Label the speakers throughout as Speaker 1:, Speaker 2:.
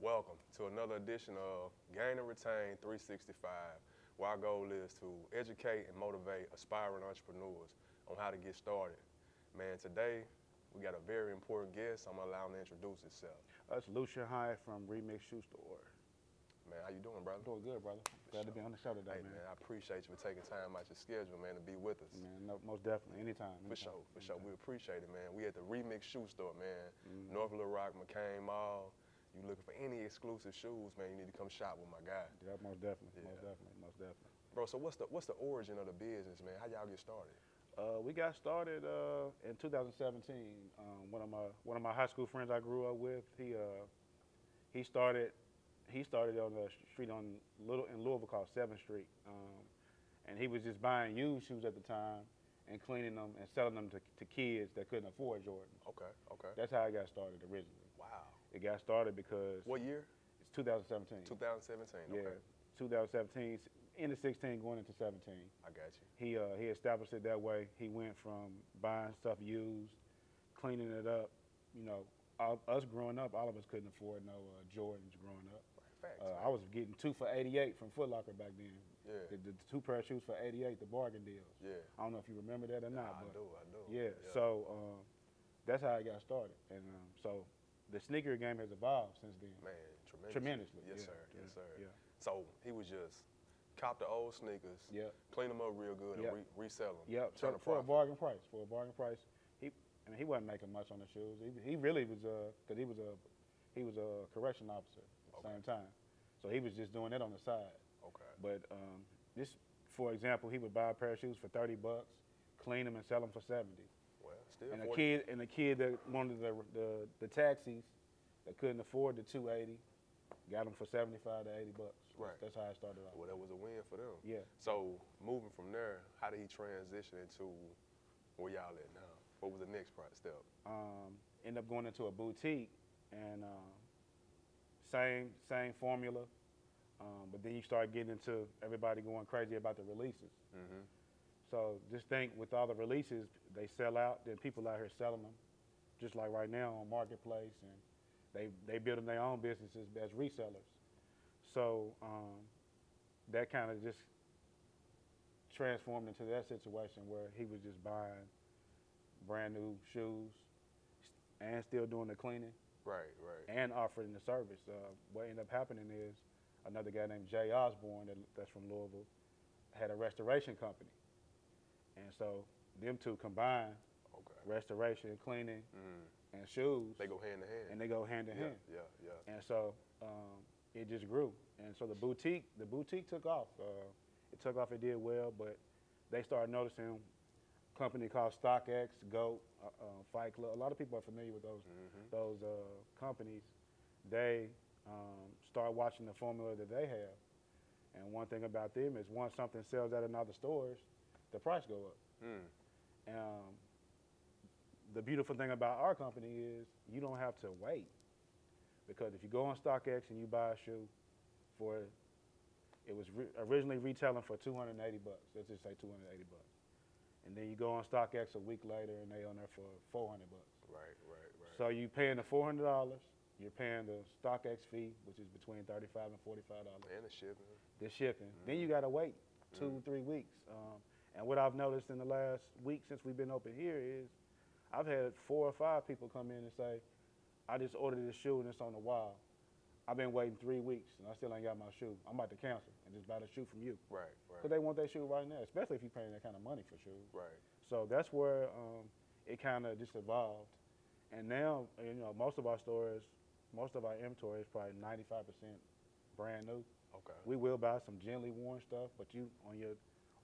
Speaker 1: to another edition of Gain and Retain 365, where our goal is to educate and motivate aspiring entrepreneurs on how to get started. Man, today we got a very important guest. I'm gonna allow him to introduce himself.
Speaker 2: That's Lucian High from Remix Shoe Store.
Speaker 1: Man, how you doing, brother?
Speaker 2: I'm doing good, brother. Glad to be on the show today,
Speaker 1: Hey, man,
Speaker 2: man.
Speaker 1: I appreciate you for taking time out your schedule, man, to be with us.
Speaker 2: Man, no, most definitely. Anytime.
Speaker 1: For
Speaker 2: anytime,
Speaker 1: sure, for sure.
Speaker 2: anytime.
Speaker 1: We appreciate it, man. We at the Remix Shoe Store, man.
Speaker 2: Mm-hmm.
Speaker 1: North Little Rock, McCain Mall. You looking for any exclusive shoes, man, you need to come shop with my guy.
Speaker 2: Yeah, most definitely. Most
Speaker 1: Yeah.
Speaker 2: definitely. Most definitely.
Speaker 1: Bro, so what's the what's the origin of the business, man? How y'all get started?
Speaker 2: Uh, we got started uh, in 2017. Um, one of my one of my high school friends I grew up with, he uh, he started he started on the street on little in Louisville called Seventh Street, um, and he was just buying used shoes at the time and cleaning them and selling them to, to kids that couldn't afford Jordan.
Speaker 1: Okay, okay.
Speaker 2: That's how it got started originally.
Speaker 1: wow.
Speaker 2: It got started because
Speaker 1: What year?
Speaker 2: it's 2017.
Speaker 1: 2017.
Speaker 2: yeah,
Speaker 1: Okay.
Speaker 2: 2017, end of 16, going into 17
Speaker 1: I got you.
Speaker 2: he uh, he established it that way. He went from buying stuff used, cleaning it up. You know, all, us growing up, all of us couldn't afford no uh, Jordans growing up.
Speaker 1: Facts.
Speaker 2: Uh, I was getting two for 88 from Foot Locker back then.
Speaker 1: Yeah.
Speaker 2: The, the two pair of shoes for 88, the bargain deals.
Speaker 1: Yeah.
Speaker 2: I don't know if you remember that or
Speaker 1: I
Speaker 2: not. but
Speaker 1: do, I do.
Speaker 2: Yeah, so um, that's how I got started. And um, so the sneaker game has evolved since then.
Speaker 1: man, tremendously.
Speaker 2: Tremendously,
Speaker 1: Yes,
Speaker 2: yeah,
Speaker 1: sir.
Speaker 2: yeah,
Speaker 1: yes, sir.
Speaker 2: yeah.
Speaker 1: So he was just cop the old sneakers,
Speaker 2: Yep.
Speaker 1: clean them up real good,
Speaker 2: Yep.
Speaker 1: and re- resell them.
Speaker 2: Yep,
Speaker 1: Turn a
Speaker 2: so for a
Speaker 1: profit.
Speaker 2: bargain price. For a bargain price, he I mean he wasn't making much on the shoes. He, he really was uh because he was a he was a correction officer at the
Speaker 1: Okay.
Speaker 2: same time, so he was just doing that on the side.
Speaker 1: Okay.
Speaker 2: But um, this, for example, he would buy a pair of shoes for thirty bucks, clean them and sell them for seventy.
Speaker 1: well, still
Speaker 2: and
Speaker 1: 40,
Speaker 2: a kid and a kid that wanted the the, the taxis that couldn't afford the two eighty, got them for seventy five to eighty bucks.
Speaker 1: Right.
Speaker 2: That's how I started out.
Speaker 1: Well, that was a win for them.
Speaker 2: Yeah.
Speaker 1: So moving from there, how did he transition into where y'all at now? What was the next pro- step?
Speaker 2: um, end up going into a boutique and um, same same formula, um, but then you start getting into everybody going crazy about the releases.
Speaker 1: Mm-hmm.
Speaker 2: So just think with all the releases, they sell out. Then people out here selling them, just like right now on marketplace, and they they building their own businesses as resellers. So um, that kind of just transformed into that situation where he was just buying brand new shoes and still doing the cleaning
Speaker 1: Right, right.
Speaker 2: and offering the service. Uh, what ended up happening is another guy named Jay Osborne, that, that's from Louisville, had a restoration company. And so them two combined,
Speaker 1: okay.
Speaker 2: restoration, cleaning,
Speaker 1: Mm.
Speaker 2: and shoes,
Speaker 1: They go hand in hand.
Speaker 2: and they go hand in
Speaker 1: yeah,
Speaker 2: hand.
Speaker 1: yeah, yeah.
Speaker 2: And so um, it just grew. And so the boutique, the boutique took off. Uh, it took off. It did well, but they started noticing a company called StockX, Goat, uh, uh, Fight Club. A lot of people are familiar with those those uh, companies. They um, start watching the formula that they have. And one thing about them is once something sells out in other stores, the price go up.
Speaker 1: Mm.
Speaker 2: Um, the beautiful thing about our company is you don't have to wait. Because if you go on StockX and you buy a shoe for, it was re- originally retailing for 280 bucks. Let's just say 280 bucks. And then you go on StockX a week later and they on there for 400 bucks.
Speaker 1: Right, right, right.
Speaker 2: So you paying the $400, you're paying the StockX fee, which is between 35 and $45
Speaker 1: and the shipping.
Speaker 2: the shipping. Then you
Speaker 1: Mm-hmm.
Speaker 2: gotta wait 2 three weeks. Um, and what I've noticed in the last week since we've been open here is, I've had four or five people come in and say, "I just ordered this shoe and it's on the wall. I've been waiting three weeks and I still ain't got my shoe. I'm about to cancel and just buy the shoe from you."
Speaker 1: Right,
Speaker 2: Because
Speaker 1: right.
Speaker 2: they want that shoe right now, especially if you're paying that kind of money for shoes.
Speaker 1: right.
Speaker 2: So that's where um, it kind of just evolved. And now, you know, most of our stores, most of our inventory is probably 95% brand new.
Speaker 1: Okay.
Speaker 2: We will buy some gently worn stuff, but you on your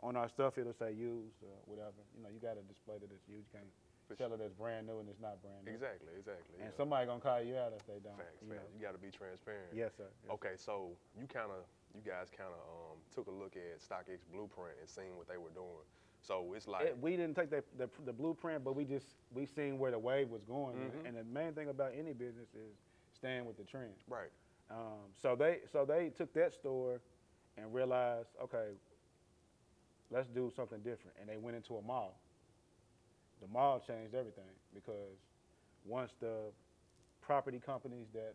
Speaker 2: on our stuff it'll say used or whatever. You know, you got to display that it's used. You can't
Speaker 1: For
Speaker 2: sell it as brand new and it's not brand new.
Speaker 1: exactly, exactly.
Speaker 2: And
Speaker 1: yeah.
Speaker 2: somebody gonna call you out if they don't.
Speaker 1: Facts,
Speaker 2: you know.
Speaker 1: facts. You got to be transparent.
Speaker 2: Yes, sir. Yes,
Speaker 1: Okay, so you kind of, you guys kind of um, took a look at StockX Blueprint and seen what they were doing. So it's like,
Speaker 2: It- we didn't take the, the the blueprint, but we just we seen where the wave was going.
Speaker 1: Mm-hmm.
Speaker 2: And the main thing about any business is staying with the trend.
Speaker 1: right,
Speaker 2: Um, so they so they took that store and realized, okay, let's do something different, and they went into a mall. The mall changed everything because once the property companies that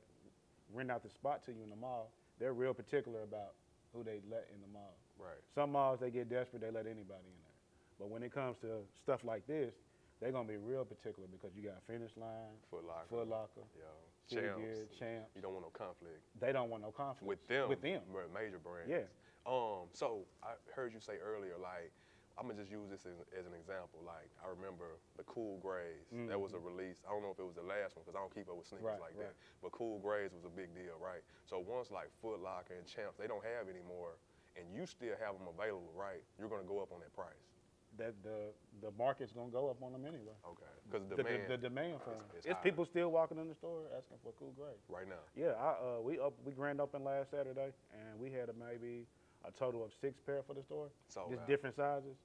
Speaker 2: rent out the spot to you in the mall, they're real particular about who they let in the mall.
Speaker 1: Right.
Speaker 2: Some malls they get desperate, they let anybody in there. But when it comes to stuff like this, they're gonna be real particular because you got finish line,
Speaker 1: Foot Locker.
Speaker 2: Foot Locker,
Speaker 1: Yo,
Speaker 2: City
Speaker 1: champs.
Speaker 2: Gear, Champs.
Speaker 1: You don't want no conflict
Speaker 2: They don't want no conflict
Speaker 1: with them.
Speaker 2: With them,
Speaker 1: We're major brands.
Speaker 2: Yeah.
Speaker 1: Um. So I heard you say earlier, like, I'm gonna just use this as, as an example. Like, I remember the Cool Grays. That was a release. I don't know if it was the last one because I don't keep up with sneakers
Speaker 2: Mm-hmm. Right,
Speaker 1: like
Speaker 2: right.
Speaker 1: that. But Cool Grays was a big deal, right? So once like Foot Locker and Champs, they don't have anymore, and you still have them available, right? You're gonna go up on that price.
Speaker 2: that the the market's gonna go up on them anyway.
Speaker 1: Okay. Because
Speaker 2: Oh, The,
Speaker 1: the
Speaker 2: the,
Speaker 1: demand
Speaker 2: the demand for
Speaker 1: is-
Speaker 2: them.
Speaker 1: is
Speaker 2: It's
Speaker 1: high.
Speaker 2: people still walking in the store asking for cool gray.
Speaker 1: right now.
Speaker 2: Yeah, I, uh, we up, we grand opened last Saturday, and we had a, maybe a total of six pair for the store,
Speaker 1: Sold
Speaker 2: just
Speaker 1: out.
Speaker 2: different sizes.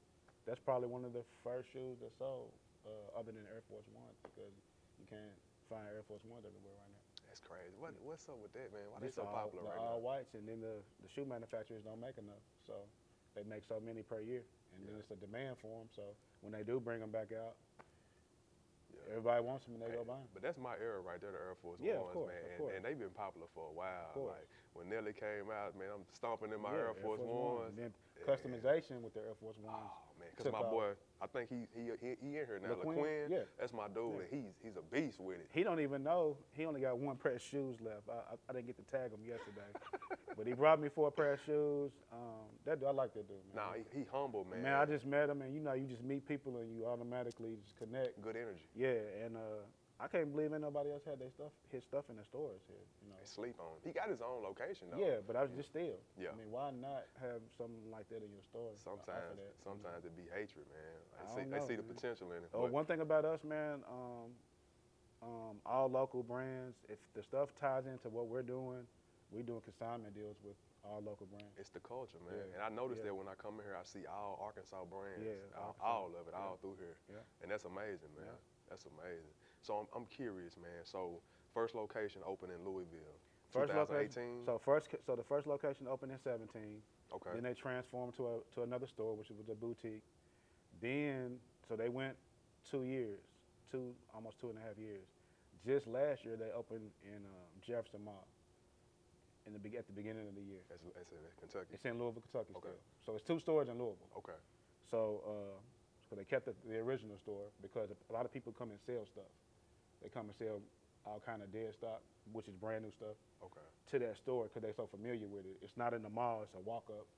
Speaker 2: That's probably one of the first shoes that sold, uh, other than Air Force Ones, because you can't find Air Force Ones everywhere right now.
Speaker 1: That's crazy. What What's up with that, man? Why they
Speaker 2: It's
Speaker 1: so
Speaker 2: all,
Speaker 1: popular
Speaker 2: the
Speaker 1: right
Speaker 2: all
Speaker 1: now?
Speaker 2: whites, and then the, the shoe manufacturers don't make enough, so they make so many per year, and then
Speaker 1: Yeah.
Speaker 2: it's a demand for them. So when they do bring them back out,
Speaker 1: Yeah.
Speaker 2: everybody wants them, and they
Speaker 1: Hey,
Speaker 2: go buy them.
Speaker 1: But that's my era right there, the Air Force
Speaker 2: Yeah, of
Speaker 1: Ones,
Speaker 2: course,
Speaker 1: man.
Speaker 2: of
Speaker 1: and,
Speaker 2: course.
Speaker 1: and they've been popular for a while.
Speaker 2: course.
Speaker 1: Like when Nelly came out, man, I'm stomping in my
Speaker 2: Yeah,
Speaker 1: Air Force, Ones.
Speaker 2: Then
Speaker 1: Yeah.
Speaker 2: customization with the Air Force Ones.
Speaker 1: Oh man, because
Speaker 2: took
Speaker 1: my
Speaker 2: off.
Speaker 1: boy, I think he he he, he in here now.
Speaker 2: LaQuinn,
Speaker 1: LaQuinn,
Speaker 2: yeah.
Speaker 1: that's my dude,
Speaker 2: Yeah.
Speaker 1: and he's he's a beast with it.
Speaker 2: He don't even know. He only got one pair of shoes left. I, I, I didn't get to tag him yesterday, but he brought me four pair of shoes. Um, that dude- I like that dude. Man.
Speaker 1: Nah, he, he humble, man.
Speaker 2: man, I just met him, and you know, you just meet people and you automatically just connect.
Speaker 1: good energy.
Speaker 2: Yeah, and uh, I can't believe ain't nobody else had their stuff, his stuff in the stores here. You
Speaker 1: They
Speaker 2: know.
Speaker 1: sleep on. him. He got his own location though.
Speaker 2: Yeah, but I was just still.
Speaker 1: Yeah.
Speaker 2: I mean, why not have something like that in your store? uh, offer
Speaker 1: Sometimes,
Speaker 2: that?
Speaker 1: sometimes it be hatred, man. They
Speaker 2: I
Speaker 1: see,
Speaker 2: don't
Speaker 1: they
Speaker 2: know,
Speaker 1: see the
Speaker 2: man.
Speaker 1: potential in it.
Speaker 2: Oh,
Speaker 1: but-
Speaker 2: one thing about us, man, um, um, all local brands, if the stuff ties into what we're doing, we doing consignment deals with all local brands.
Speaker 1: It's the culture, man.
Speaker 2: Yeah,
Speaker 1: And I noticed
Speaker 2: yeah.
Speaker 1: that when I come in here, I see all Arkansas brands,
Speaker 2: Yeah,
Speaker 1: all,
Speaker 2: Arkansas.
Speaker 1: all of it,
Speaker 2: Yeah.
Speaker 1: all through here.
Speaker 2: Yeah.
Speaker 1: And that's amazing, man.
Speaker 2: Yeah.
Speaker 1: That's amazing. So I'm, I'm curious, man. So first location open in Louisville,
Speaker 2: First
Speaker 1: 2018.
Speaker 2: location, so first, co- so the first location opened in 17.
Speaker 1: okay.
Speaker 2: Then they transformed to a, to another store, which was a boutique. Then, so they went two years, two almost two and a half years. Just last year, they opened in um, Jefferson Mall. In the be- at the beginning of the year,
Speaker 1: that's, that's in Kentucky.
Speaker 2: it's in Louisville, Kentucky.
Speaker 1: Okay.
Speaker 2: Still. So it's two stores in Louisville.
Speaker 1: Okay.
Speaker 2: So, uh, so they kept the, the original store because a lot of people come and sell stuff. They come and sell all kind of dead stock, which is brand new stuff,
Speaker 1: Okay.
Speaker 2: to that store because they're so familiar with it. It's not in the mall. It's a walk up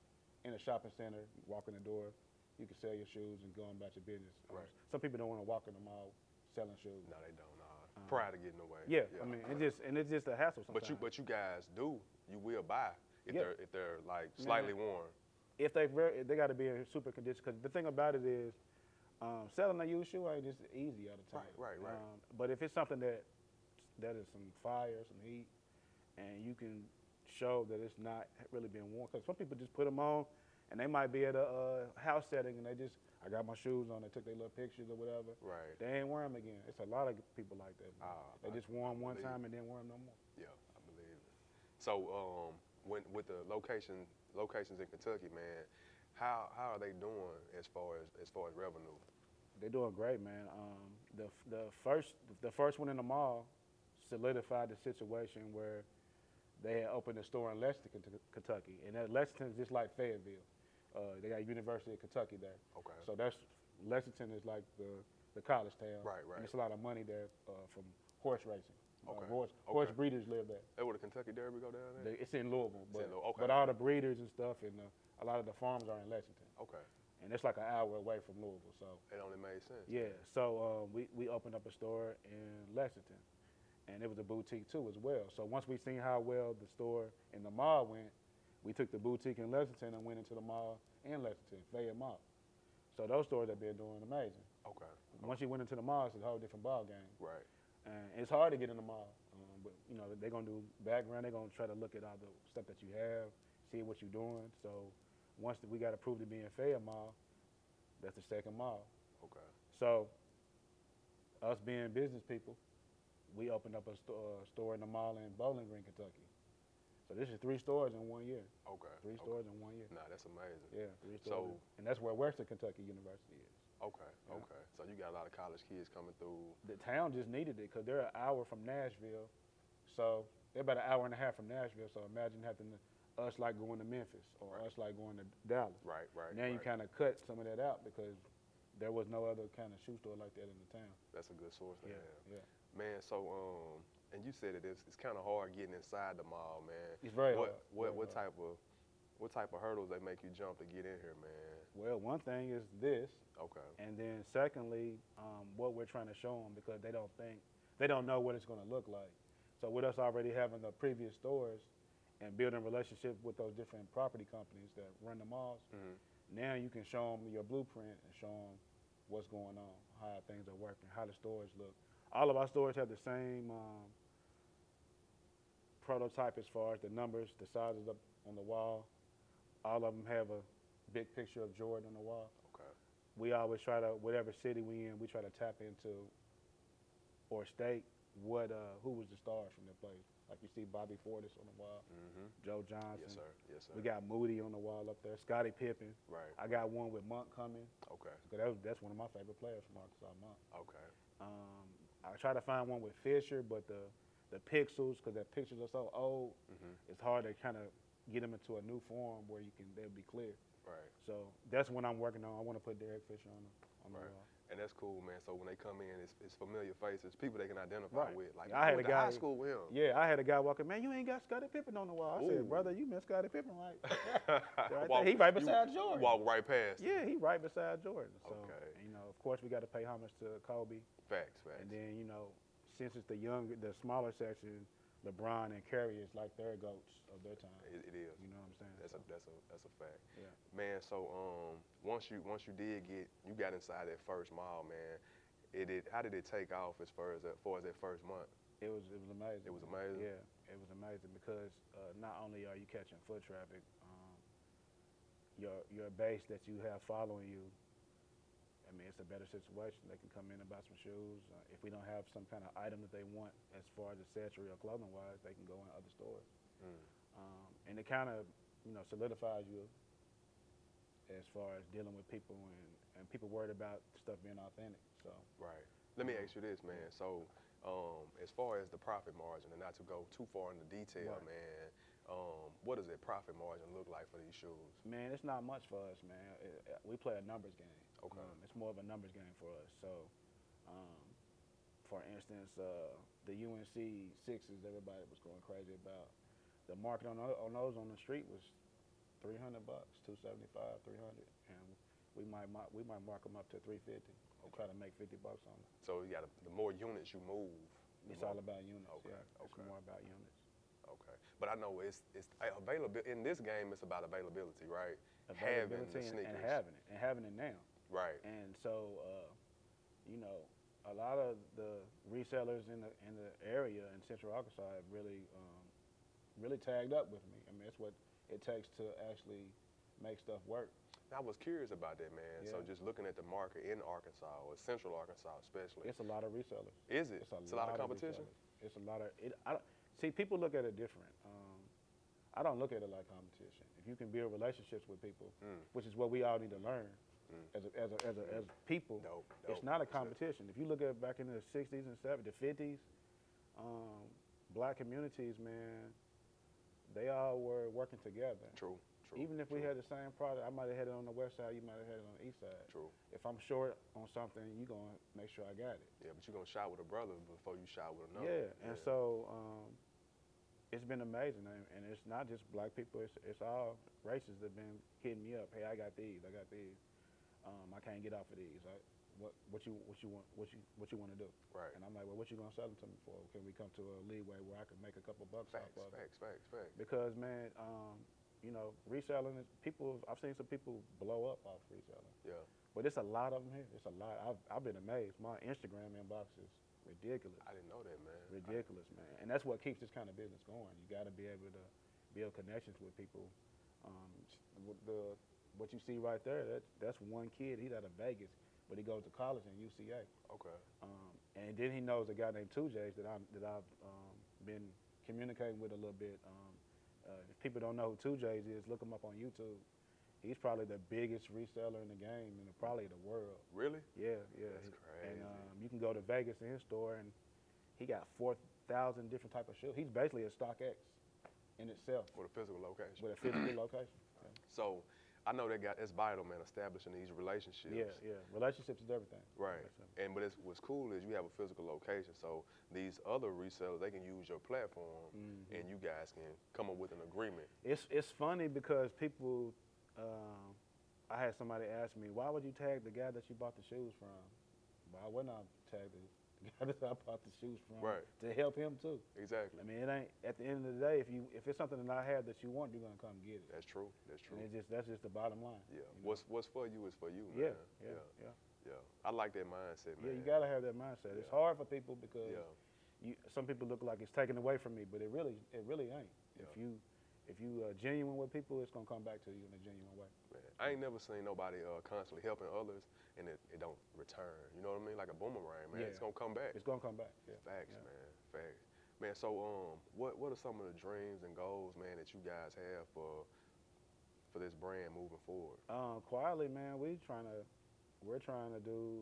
Speaker 2: in a shopping center. You walk in the door, you can sell your shoes and go on about your business. Um,
Speaker 1: Right.
Speaker 2: Some people don't want to walk in the mall selling shoes.
Speaker 1: No, they don't. Nah. Pride of getting away.
Speaker 2: Uh, Yeah, I mean, it just and it's just a hassle sometimes.
Speaker 1: But you, but you guys do. You will buy if
Speaker 2: Yeah.
Speaker 1: they're if they're like
Speaker 2: Man.
Speaker 1: slightly worn.
Speaker 2: if they very, they got to be in super condition. Because the thing about it is, um, selling a used shoe ain't just easy all the time.
Speaker 1: Right, right, right.
Speaker 2: Um, but if it's something that that is some fire, some heat, and you can show that it's not really being worn. Because some people just put them on, and they might be at a uh, house setting, and they just I got my shoes on. They took their little pictures or whatever.
Speaker 1: Right.
Speaker 2: They ain't wear them again. It's a lot of people like that. man.
Speaker 1: Ah,
Speaker 2: they
Speaker 1: I-
Speaker 2: just wore 'em one
Speaker 1: believe it.
Speaker 2: time and didn't wear them no more.
Speaker 1: Yeah, I believe it. So, um, when with the location locations in Kentucky, man, how how are they doing as far as as far as revenue?
Speaker 2: They're doing great, man. Um, the f- the first the first one in the mall solidified the situation where they had opened a store in Lexington, Ken- Kentucky, and that Lexington's just like Fayetteville. Uh, they got University of Kentucky there,
Speaker 1: Okay.
Speaker 2: so that's Lexington is like the the college town.
Speaker 1: Right, right.
Speaker 2: And it's a lot of money there uh, from horse racing. Uh,
Speaker 1: Okay,
Speaker 2: horse, horse
Speaker 1: okay.
Speaker 2: breeders live there.
Speaker 1: Hey, would the Kentucky Derby go down there?
Speaker 2: They, it's in Louisville, but,
Speaker 1: Louisville, okay.
Speaker 2: but all the breeders and stuff and uh, a lot of the farms are in Lexington,
Speaker 1: okay,
Speaker 2: and it's like an hour away from Louisville, so.
Speaker 1: it only made sense.
Speaker 2: Yeah, so um, we, we opened up a store in Lexington, and it was a boutique too as well. So once we seen how well the store in the mall went, we took the boutique in Lexington and went into the mall in Lexington, Fayette Mall. So those stores have been doing amazing.
Speaker 1: Okay,
Speaker 2: Once you went into the mall, it's a whole different ball game.
Speaker 1: right.
Speaker 2: And it's hard to get in the mall, um, but you know they're gonna do background. They're gonna try to look at all the stuff that you have, see what you're doing. So once we got approved to be in Fayette Mall, that's the second mall.
Speaker 1: Okay,
Speaker 2: So, us being business people, we opened up a sto- uh, store in the mall in Bowling Green, Kentucky. So this is three stores in one year.
Speaker 1: okay.
Speaker 2: Three
Speaker 1: okay.
Speaker 2: stores in one year.
Speaker 1: Nah, that's amazing.
Speaker 2: Yeah, three
Speaker 1: So-
Speaker 2: stores. in- and that's where Western Kentucky University is.
Speaker 1: Okay,
Speaker 2: Yeah.
Speaker 1: okay. So you got a lot of college kids coming through.
Speaker 2: The town just needed it because they're an hour from Nashville, so They're about an hour and a half from Nashville, so imagine having to, us like going to Memphis or us like going to Dallas.
Speaker 1: Right, right.
Speaker 2: now you
Speaker 1: right.
Speaker 2: kind of cut some of that out because there was no other kind of shoe store like that in the town.
Speaker 1: That's a good source. to
Speaker 2: Yeah,
Speaker 1: have.
Speaker 2: yeah.
Speaker 1: Man, so um, and you said it is it's kind of hard getting inside the mall, man.
Speaker 2: It's very
Speaker 1: what
Speaker 2: hard,
Speaker 1: what
Speaker 2: very
Speaker 1: what
Speaker 2: hard.
Speaker 1: type of what type of hurdles they make you jump to get in here, man?
Speaker 2: Well, one thing is this,
Speaker 1: Okay.
Speaker 2: and then secondly, um, what we're trying to show them because they don't think they don't know what it's going to look like. So with us already having the previous stores and building relationship with those different property companies that run the malls,
Speaker 1: Mhm.
Speaker 2: now you can show them your blueprint and show them what's going on, how things are working, how the stores look. All of our stores have the same um, prototype as far as the numbers, the sizes up on the wall. All of them have a big picture of Jordan on the wall
Speaker 1: Okay.
Speaker 2: we always try to whatever city we in, we try to tap into or state what uh, who was the stars from the place. Like you see Bobby Fortis on the wall,
Speaker 1: Mm-hmm.
Speaker 2: Joe Johnson.
Speaker 1: Yes, sir. Yes, sir.
Speaker 2: We got Moody on the wall up there, Scottie Pippen.
Speaker 1: right.
Speaker 2: I got one with Monk coming.
Speaker 1: Okay.
Speaker 2: 'cause That was, that's one of my favorite players from Arkansas Monk.
Speaker 1: Okay.
Speaker 2: Um, I try to find one with Fisher, but the the pixels, because the pictures are so old,
Speaker 1: Mhm.
Speaker 2: it's hard to kind of get them into a new form where you can they'll be clear.
Speaker 1: Right.
Speaker 2: So that's what I'm working on. I want to put Derek Fisher on the, on the
Speaker 1: Right.
Speaker 2: wall.
Speaker 1: And that's cool, man. So when they come in, it's, it's familiar faces, people they can identify
Speaker 2: Right.
Speaker 1: with. Like
Speaker 2: I had
Speaker 1: went
Speaker 2: a
Speaker 1: to high
Speaker 2: guy-
Speaker 1: school with him.
Speaker 2: Yeah, I had a guy walking, man, you ain't got Scottie Pippen on the wall. I
Speaker 1: Ooh.
Speaker 2: said, brother, you missed Scottie Pippen, right? there.
Speaker 1: Walk-
Speaker 2: He right
Speaker 1: you
Speaker 2: beside Jordan.
Speaker 1: Walk right past.
Speaker 2: yeah, he right beside Jordan. So,
Speaker 1: Okay.
Speaker 2: you know, of course we got to pay homage to Kobe.
Speaker 1: Facts, facts.
Speaker 2: And then, you know, since it's the younger, the smaller section, LeBron and Curry is like their goats of their time.
Speaker 1: it, it is.
Speaker 2: You know what I'm saying?
Speaker 1: That's a that's a that's a fact.
Speaker 2: Yeah.
Speaker 1: Man, so um once you once you did get you got inside that first mile, man, it, it how did it take off as far as that far as that first month?
Speaker 2: It was it was amazing.
Speaker 1: It was amazing?
Speaker 2: Yeah, it was amazing because uh, not only are you catching foot traffic, um, your your base that you have following you. I mean, it's a better situation. They can come in and buy some shoes. Uh, if we don't have some kind of item that they want, as far as accessory or clothing wise, they can go in other stores.
Speaker 1: Mm.
Speaker 2: Um, and it kind of you know solidifies you as far as dealing with people and, and people worried about stuff being authentic. So
Speaker 1: Right. Let me
Speaker 2: Mhm.
Speaker 1: ask you this, man. So, um, as far as the profit margin, and not to go too far into detail,
Speaker 2: Right.
Speaker 1: man, um, what does that profit margin look like for these shoes?
Speaker 2: Man, it's not much for us, man. It- it- we play a numbers game.
Speaker 1: Okay.
Speaker 2: Um, it's more of a numbers game for us. So, um, for instance, uh, the UNC sixes, everybody was going crazy about. The market on, tho- on those on the street was 300 bucks, 275, 300, and we might mar- we might mark them up to 350 and try to make 50 bucks on them.
Speaker 1: So you got to, the more units you move. the
Speaker 2: It's
Speaker 1: more-
Speaker 2: all about units.
Speaker 1: Okay,
Speaker 2: yeah.
Speaker 1: okay.
Speaker 2: It's more about units.
Speaker 1: Okay. But I know it's it's available in this game. It's about availability, right? having the
Speaker 2: Availability and, and
Speaker 1: sneakers.
Speaker 2: having it and having it now.
Speaker 1: Right.
Speaker 2: And so, uh, you know, a lot of the resellers in the in the area in Central Arkansas have really, um, really tagged up with me. I mean, it's what it takes to actually make stuff work.
Speaker 1: I was curious about that, man. So
Speaker 2: Yeah.
Speaker 1: just looking at the market in Arkansas or Central Arkansas, especially,
Speaker 2: It's a lot of resellers.
Speaker 1: is it?
Speaker 2: It's a,
Speaker 1: lot, of competition.
Speaker 2: resellers. It's a lot of it. I don't, see, people look at it different. Um, I don't look at it like competition. If you can build relationships with people,
Speaker 1: Mm.
Speaker 2: which is what we all need to learn
Speaker 1: Mm.
Speaker 2: as a, as a, as, a, as people.
Speaker 1: Dope, dope.
Speaker 2: It's not a
Speaker 1: That's it.
Speaker 2: competition. If you look at back in the '60s and '70s, the '50s, um, black communities, man, they all were working together.
Speaker 1: True. True.
Speaker 2: Even if we
Speaker 1: true,
Speaker 2: had the same product, I might have had it on the west side, you might have had it on the east side.
Speaker 1: True.
Speaker 2: If I'm short on something, you gonna make sure I got it.
Speaker 1: Yeah, but you're gonna shot with a brother before you shot with another.
Speaker 2: Yeah, and so um, it's been amazing, and, and it's not just black people; it's, it's all races that been hitting me up. Hey, I got these, I got these. Um, I can't get off of these. I, what what you what you want what you what you want to do?
Speaker 1: right.
Speaker 2: And I'm like, well, what you gonna sell them to me for? Can we come to a leeway where I can make a couple bucks
Speaker 1: Facts,
Speaker 2: off of it?
Speaker 1: facts, facts, facts.
Speaker 2: Because man, um, you know, reselling is people. I've seen some people blow up off reselling,
Speaker 1: Yeah,
Speaker 2: but it's a lot of them here. It's a lot. I've I've been amazed. My Instagram inbox is ridiculous
Speaker 1: I didn't know that, man.
Speaker 2: ridiculous, man. And that's what keeps this kind of business going. You got to be able to build connections with people. Um, with the what you see right there, that that's one kid. He's out of Vegas, but he goes to college in UCA.
Speaker 1: I- okay.
Speaker 2: Um, and then he knows a guy named Two J's that I'm that I've um, been communicating with a little bit. Um, uh, if people don't know who Two J's is, look him up on YouTube. He's probably the biggest reseller in the game and probably the world.
Speaker 1: Really?
Speaker 2: Yeah, yeah.
Speaker 1: That's
Speaker 2: And
Speaker 1: crazy.
Speaker 2: um, you can go to Vegas in his store, and he got four thousand different type of shoes. He's basically a StockX in itself
Speaker 1: for the physical location.
Speaker 2: with a physical location. Yeah.
Speaker 1: So I know that got that's vital, man, establishing these relationships.
Speaker 2: Yeah, yeah. Relationships is everything.
Speaker 1: Right. And but it's, what's cool is you have a physical location, so these other resellers they can use your platform,
Speaker 2: Mm-hmm.
Speaker 1: and you guys can come up with an agreement.
Speaker 2: It's it's funny because people, um, I had somebody ask me, why would you tag the guy that you bought the shoes from? Why wouldn't I tag the guy that I bought the shoes from
Speaker 1: Right.
Speaker 2: to help him too?
Speaker 1: Exactly.
Speaker 2: I mean, it ain't at the end of the day. If you if it's something that I have that you want, you're gonna come get it.
Speaker 1: That's true. That's true.
Speaker 2: And it just that's just the bottom line.
Speaker 1: yeah.
Speaker 2: you know?
Speaker 1: What's what's for you is for you,
Speaker 2: yeah,
Speaker 1: man.
Speaker 2: yeah, yeah,
Speaker 1: Yeah. I like that mindset,
Speaker 2: yeah.
Speaker 1: man.
Speaker 2: You gotta have that mindset. It's
Speaker 1: Yeah.
Speaker 2: hard for people because
Speaker 1: Yeah.
Speaker 2: you, some people look like it's taken away from me, but it really it really ain't. If you if you uh, genuine with people, it's gonna come back to you in a genuine way.
Speaker 1: Man, I ain't never seen nobody uh, constantly helping others and it, it don't return. You know what I mean? Like a boomerang, man.
Speaker 2: Yeah.
Speaker 1: It's gonna come back.
Speaker 2: It's gonna come back. Yeah.
Speaker 1: Facts,
Speaker 2: Yeah.
Speaker 1: man. Facts. Man, so um, what what are some of the dreams and goals, man, that you guys have for for this brand moving forward?
Speaker 2: Um, quietly, man, we trying to we're trying to do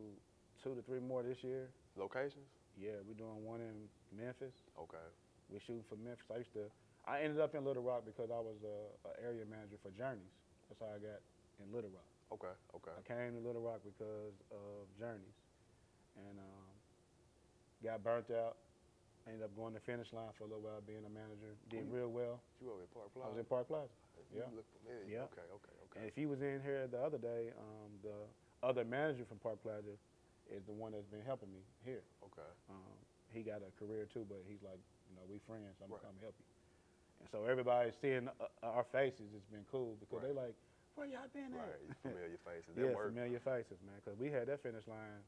Speaker 2: two to three more this year.
Speaker 1: Locations?
Speaker 2: Yeah, we're doing one in Memphis.
Speaker 1: Okay.
Speaker 2: We shooting for Memphis. I used to I ended up in Little Rock because I was a, a area manager for Journeys. That's how I got in Little Rock.
Speaker 1: Okay. Okay.
Speaker 2: I came to Little Rock because of Journeys, and um, got burnt out. Ended up going to finish line for a little while, being a manager. Did
Speaker 1: Cool.
Speaker 2: real well.
Speaker 1: You over at Park
Speaker 2: I
Speaker 1: Plaza?
Speaker 2: was in Park Plaza.
Speaker 1: You
Speaker 2: yeah.
Speaker 1: look familiar.
Speaker 2: Yeah.
Speaker 1: Okay. Okay. Okay.
Speaker 2: And if he was in here the other day, um, the other manager from Park Plaza is the one that's been helping me here.
Speaker 1: okay.
Speaker 2: Um, he got a career too, but he's like, you know, we friends. I'm
Speaker 1: Right.
Speaker 2: gonna come help you. And so everybody seeing uh, our faces, it's been cool because they like, where y'all been at?
Speaker 1: Right. You familiar faces. That
Speaker 2: Yeah,
Speaker 1: work.
Speaker 2: familiar faces, man. Because we had that finish line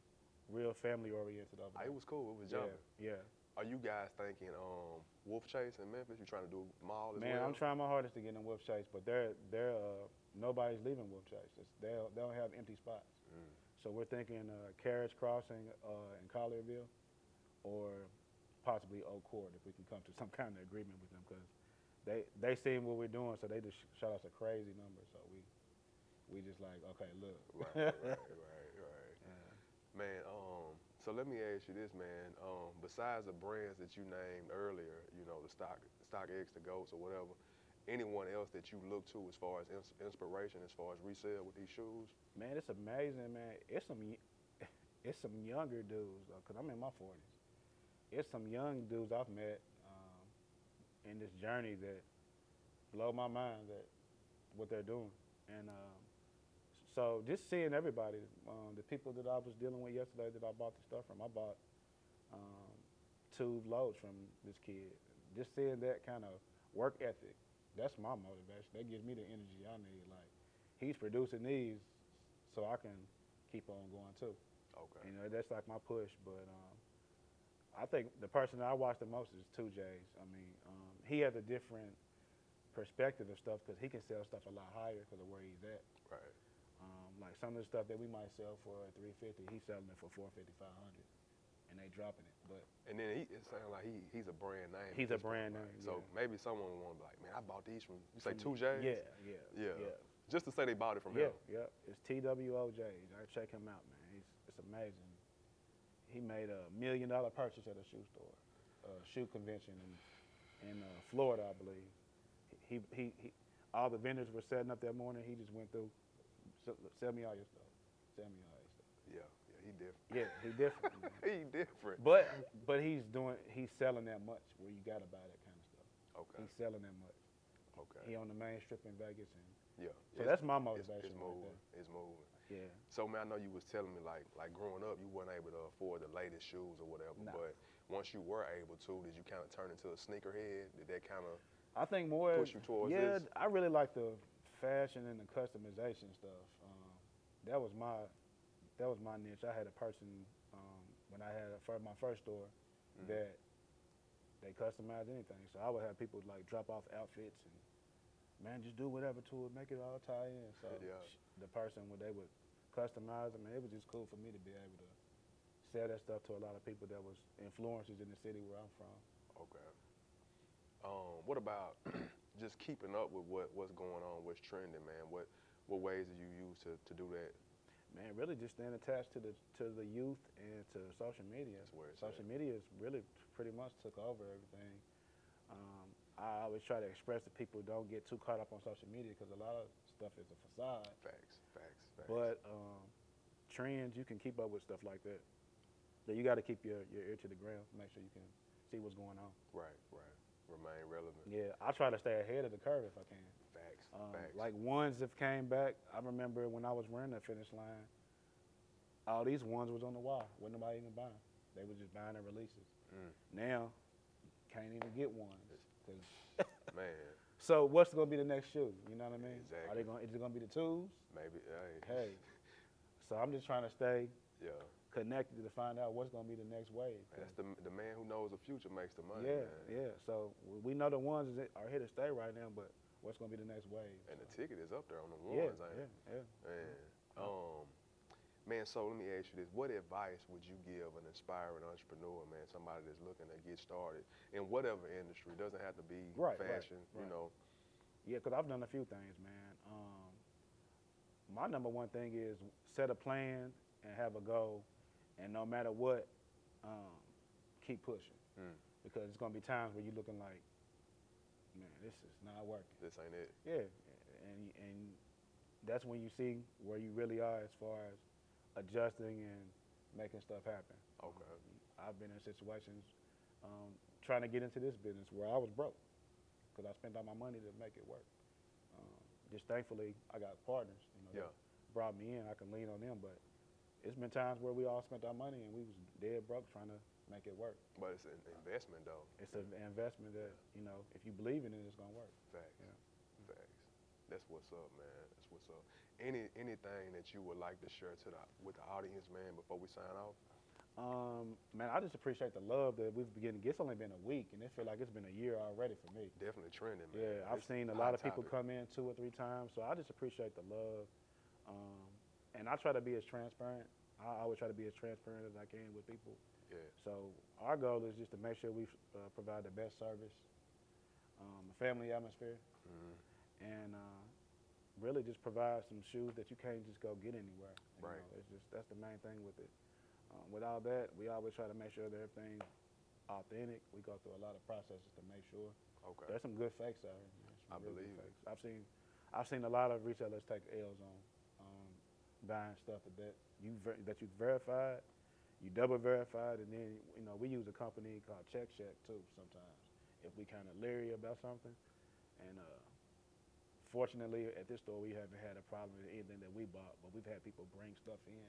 Speaker 2: real family oriented over
Speaker 1: Ah,
Speaker 2: there.
Speaker 1: it was cool. It was
Speaker 2: yeah,
Speaker 1: jumping.
Speaker 2: yeah.
Speaker 1: Are you guys thinking um, Wolf Chase in Memphis? You trying to do mall as
Speaker 2: Man,
Speaker 1: well?
Speaker 2: I'm trying my hardest to get in Wolf Chase, but they're they're uh, nobody's leaving Wolf Chase. It's, they don't- they don't have empty spots.
Speaker 1: Mm.
Speaker 2: So we're thinking uh, Carriage Crossing uh, in Collierville, or possibly Oak Court if we can come to some kind of agreement with them because they they seen what we're doing, so they just sh- shot us a crazy number. So we we just like okay, look,
Speaker 1: Right, right, right, right. Man, um, so let me ask you this, man. Um, besides the brands that you named earlier, you know, the stock, stock X, the goats, or whatever, anyone else that you look to as far as ins- inspiration, as far as resale with these shoes?
Speaker 2: Man, it's amazing, man. It's some, y- it's some younger dudes, though, cause I'm in my forties. It's some young dudes I've met um, in this journey that blow my mind that what they're doing, and um, so just seeing everybody, um, the people that I was dealing with yesterday that I bought the stuff from, I bought um, two loads from this kid. Just seeing that kind of work ethic, that's my motivation. That gives me the energy I need. Like he's producing these, so I can keep on going too.
Speaker 1: Okay.
Speaker 2: You know, that's like my push. But um, I think the person that I watch the most is Two J's. I mean, um, he has a different perspective of stuff because he can sell stuff a lot higher because of where he's at.
Speaker 1: Right.
Speaker 2: Um, like some of the stuff that we might sell for 350, he's selling it for 450, 500, and they dropping it. But
Speaker 1: And then he, it sounds like he, he's a brand name. at
Speaker 2: He's a
Speaker 1: this point,
Speaker 2: brand
Speaker 1: right?
Speaker 2: name,
Speaker 1: So
Speaker 2: yeah.
Speaker 1: maybe someone will want to be like, man, I bought these from, you say
Speaker 2: from-
Speaker 1: two J's?
Speaker 2: Yeah, yeah,
Speaker 1: Yeah.
Speaker 2: yeah.
Speaker 1: Just to say they bought it from
Speaker 2: yeah,
Speaker 1: him.
Speaker 2: yeah. It's TWOJ. I check him out, man. He's it's amazing. He made a million dollar purchase at a shoe store, a shoe convention in in uh, Florida, I believe. He, he he all the vendors were setting up that morning. He just went through. "Sell- Sell me all your stuff. Sell me all your stuff.
Speaker 1: Yeah. Yeah, he different.
Speaker 2: Yeah, he different. man.
Speaker 1: He different.
Speaker 2: But but he's doing he's selling that much where you gotta buy that kind of stuff.
Speaker 1: Okay.
Speaker 2: He's selling that much.
Speaker 1: Okay.
Speaker 2: He on the main strip in Vegas and
Speaker 1: Yeah.
Speaker 2: so
Speaker 1: It's-
Speaker 2: that's my
Speaker 1: it's,
Speaker 2: motivation.
Speaker 1: it's
Speaker 2: right
Speaker 1: moving. It's moving.
Speaker 2: there. Yeah.
Speaker 1: So man, I know you was telling me like like growing up you weren't able to afford the latest shoes or whatever,
Speaker 2: Nah.
Speaker 1: but once you were able to, did you kind of turn into a sneakerhead? Did that kind of
Speaker 2: I think more.
Speaker 1: Push you towards
Speaker 2: yeah,
Speaker 1: this?
Speaker 2: I really like the fashion and the customization stuff. Um, that was my that was my niche. I had a person um, when I had a, fir- my first store
Speaker 1: Mhm.
Speaker 2: that they customized anything. So I would have people like drop off outfits and man, just do whatever to it, make it all tie in. So
Speaker 1: Yeah.
Speaker 2: sh- the person when they would customize them, and it was just cool for me to be able to sell that stuff to a lot of people that was influencers in the city where I'm from.
Speaker 1: okay? Um, what about just keeping up with what what's going on, what's trending, man? What what ways do you use to, to do that?
Speaker 2: man, really just staying attached to the to the youth and to social media.
Speaker 1: That's where it's
Speaker 2: social media is really pretty much took over everything. Um, I always try to express to people don't get too caught up on social media because a lot of stuff is a facade.
Speaker 1: Facts, facts, facts.
Speaker 2: But um, trends, you can keep up with stuff like that. So you got to keep your, your ear to the ground, make sure you can see what's going on.
Speaker 1: right, right. Remain relevant.
Speaker 2: Yeah, I try to stay ahead of the curve if I can.
Speaker 1: Facts,
Speaker 2: Um,
Speaker 1: facts.
Speaker 2: like ones that came back, I remember when I was wearing the finish line, all these ones was on the wall. Wasn't nobody even buying. They was just buying their releases.
Speaker 1: Mm.
Speaker 2: Now, can't even get ones. 'cause-
Speaker 1: man,
Speaker 2: so what's gonna be the next shoe? You know what I mean? Are
Speaker 1: Exactly.
Speaker 2: they gonna? Is it gonna be the twos?
Speaker 1: maybe. Hey,
Speaker 2: Hey. so I'm just trying to stay
Speaker 1: yeah.
Speaker 2: connected to find out what's gonna be the next wave. 'cause-
Speaker 1: That's the the man who knows the future makes the money.
Speaker 2: yeah,
Speaker 1: man.
Speaker 2: yeah. So we- we know the ones that are here to stay right now, but what's gonna be the next wave?
Speaker 1: And the
Speaker 2: So,
Speaker 1: ticket is up there on the
Speaker 2: yeah,
Speaker 1: ones, ain't it?
Speaker 2: yeah, yeah. Oh.
Speaker 1: Man, um, man, so let me ask you this: What advice would you give an aspiring entrepreneur, man, somebody that's looking to get started in whatever industry? Doesn't have to be
Speaker 2: Right, right,
Speaker 1: fashion, you
Speaker 2: right.
Speaker 1: know.
Speaker 2: Yeah, because I've done a few things, man. Um, my number one thing is set a plan and have a goal, and no matter what, um, keep pushing.
Speaker 1: Mm.
Speaker 2: Because it's gonna be times where you're looking like, man, this is not working.
Speaker 1: This ain't it.
Speaker 2: Yeah, and and that's when you see where you really are as far as adjusting and making stuff happen.
Speaker 1: Okay.
Speaker 2: I've been in situations um, trying to get into this business where I was broke because I spent all my money to make it work. Um, just thankfully, I got partners. You know, that
Speaker 1: Yeah.
Speaker 2: brought me in. I can lean on them. But it's been times where we all spent our money and we was dead broke trying to make it work.
Speaker 1: But it's an investment, though.
Speaker 2: It's an investment that you know, if you believe in it, it's gonna work.
Speaker 1: Facts.
Speaker 2: Yeah.
Speaker 1: Facts. That's what's up, man. That's what's up. Any anything that you would like to share to the with the audience, man, before we sign off?
Speaker 2: Um, man, I just appreciate the love that we've been getting. It's only been a week, and it feel like it's been a year already for me.
Speaker 1: Definitely trending, man.
Speaker 2: Yeah, I've
Speaker 1: It's
Speaker 2: seen a
Speaker 1: hot
Speaker 2: lot of people
Speaker 1: topic.
Speaker 2: come in two or three times, so I just appreciate the love. Um, and I try to be as transparent. I always try to be as transparent as I can with people.
Speaker 1: Yeah.
Speaker 2: So our goal is just to make sure we uh, provide the best service, um, a family atmosphere,
Speaker 1: Mhm.
Speaker 2: and uh, really just provide some shoes that you can't just go get anywhere. you
Speaker 1: Right.
Speaker 2: know. it's just that's the main thing with it. Um, with all that, we always try to make sure that everything's authentic. We go through a lot of processes to make sure.
Speaker 1: Okay.
Speaker 2: There's some good fakes out here. man. Some
Speaker 1: I
Speaker 2: real good
Speaker 1: believe it.
Speaker 2: fakes. I've seen, I've seen a lot of retailers take L's on um, buying stuff that you ver- that you verified, you double verified, and then you know we use a company called Check Check too sometimes if we kind of leery about something. And uh, fortunately, at this store we haven't had a problem with anything that we bought, but we've had people bring stuff in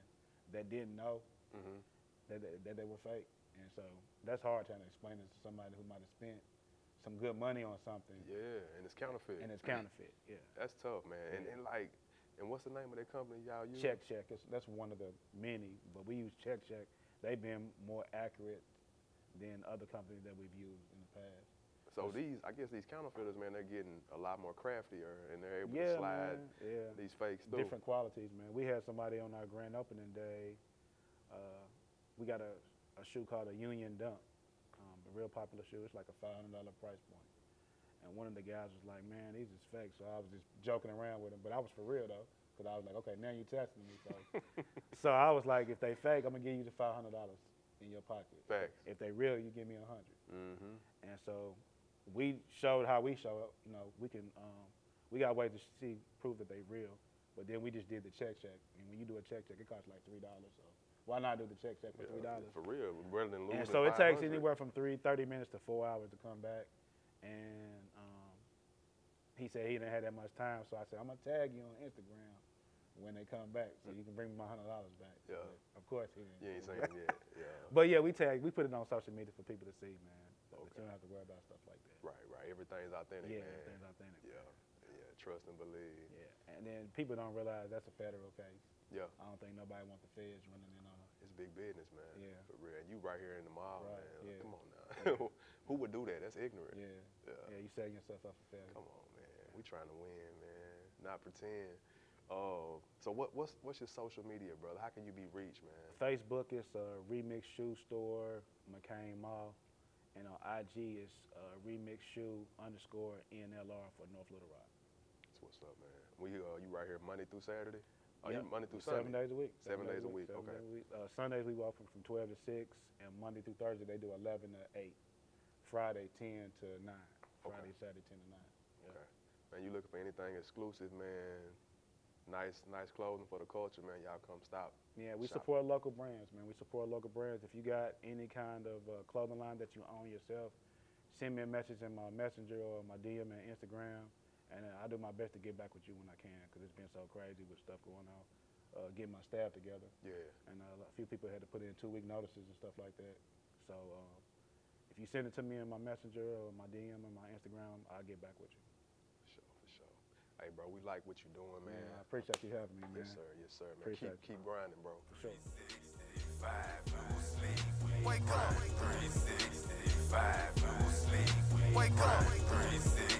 Speaker 2: that didn't know
Speaker 1: Mhm.
Speaker 2: that they, that they were fake. And so that's hard trying to explain it to somebody who might have spent some good money on something
Speaker 1: Yeah, and it's counterfeit.
Speaker 2: and it's counterfeit. Yeah.
Speaker 1: That's tough, man. And, and like, and what's the name of that company y'all use?
Speaker 2: Check check. It's, that's one of the many, but we use check check. They've been more accurate than other companies that we've used in the past.
Speaker 1: So these, I guess these counterfeiters, man, they're getting a lot more craftier, and they're able to
Speaker 2: yeah,
Speaker 1: slide
Speaker 2: man. Yeah.
Speaker 1: these fakes through.
Speaker 2: different qualities, man. We had somebody on our grand opening day. Uh, we got a, a shoe called a Union Dunk, um, a real popular shoe. It's like a five hundred dollar price point. And one of the guys was like, "Man, these is fake." So I was just joking around with him, but I was for real though, because I was like, "Okay, now you testing me." So, so I was like, "If they fake, I'm gonna give you the five hundred dollars in your pocket.
Speaker 1: Facts.
Speaker 2: If they real, you give me a hundred.
Speaker 1: Mm-hmm.
Speaker 2: And so we showed how we show up. You know, we can, um, we got ways to see, prove that they real. But then we just did the check check. And when you do a check check, it costs like $3. So why not do the check check for $3?
Speaker 1: For real, rather than losing.
Speaker 2: And so it takes
Speaker 1: 500.
Speaker 2: anywhere from three, 30 minutes to four hours to come back. And um, he said he didn't have that much time. So I said, I'm going to tag you on Instagram when they come back so you can bring me my $100 back.
Speaker 1: Yeah.
Speaker 2: But of course he didn't.
Speaker 1: You ain't
Speaker 2: do
Speaker 1: saying
Speaker 2: that.
Speaker 1: yet. Yeah.
Speaker 2: But yeah, we tag, we put it on social media for people to see, man. So that
Speaker 1: Okay.
Speaker 2: you don't have to worry about stuff like that.
Speaker 1: Right, right. Everything's authentic,
Speaker 2: Yeah,
Speaker 1: man.
Speaker 2: everything's authentic.
Speaker 1: Yeah, yeah. Trust and believe.
Speaker 2: Yeah, and then people don't realize that's a federal case.
Speaker 1: Yeah.
Speaker 2: I don't think nobody wants the feds running in on us.
Speaker 1: It's big business, man.
Speaker 2: Yeah.
Speaker 1: For real. And you right here in the mall, man.
Speaker 2: Right,
Speaker 1: Like,
Speaker 2: yeah.
Speaker 1: Come on now. Who would do that? That's ignorant.
Speaker 2: Yeah,
Speaker 1: yeah.
Speaker 2: yeah, you setting yourself up for failure.
Speaker 1: Come on, man. We trying to win, man. Not pretend. Oh, so what, what's what's your social media, brother? How can you be reached, man?
Speaker 2: Facebook is uh, Remix Shoe Store, McCain Mall, and on IG is uh, Remix Shoe underscore NLR for North Little Rock.
Speaker 1: That's what's up, man. We uh, you right here Monday through Saturday. Oh,
Speaker 2: Yep.
Speaker 1: you Monday through
Speaker 2: seven
Speaker 1: Sunday?
Speaker 2: days a week.
Speaker 1: Seven days a week,
Speaker 2: seven
Speaker 1: okay.
Speaker 2: days a week. Uh, Sundays we walk from, from twelve to six, and Monday through Thursday they do eleven to eight. Friday ten to nine.
Speaker 1: Okay.
Speaker 2: Friday Saturday ten to nine.
Speaker 1: Okay. Man, you looking for anything exclusive, man? Nice, nice clothing for the culture, man. Y'all come stop.
Speaker 2: Yeah, we
Speaker 1: Shop.
Speaker 2: support local brands, man. We support local brands. If you got any kind of uh, clothing line that you own yourself, send me a message in my messenger or my DM and Instagram, and uh, I do my best to get back with you when I can because it's been so crazy with stuff going on. Uh, get my staff together,
Speaker 1: Yeah.
Speaker 2: and uh, a few people had to put in two week notices and stuff like that. So uh, if you send it to me in my messenger or my DM and my Instagram, I'll get back with you.
Speaker 1: For sure, for sure. Hey, bro, we like what you're doing, man.
Speaker 2: I appreciate you having me, man.
Speaker 1: yes, sir. Yes, sir, man.
Speaker 2: Appreciate
Speaker 1: keep, keep grinding, bro.
Speaker 2: For sure.
Speaker 3: Wake up. 365, you will sleep. Wake up. 365.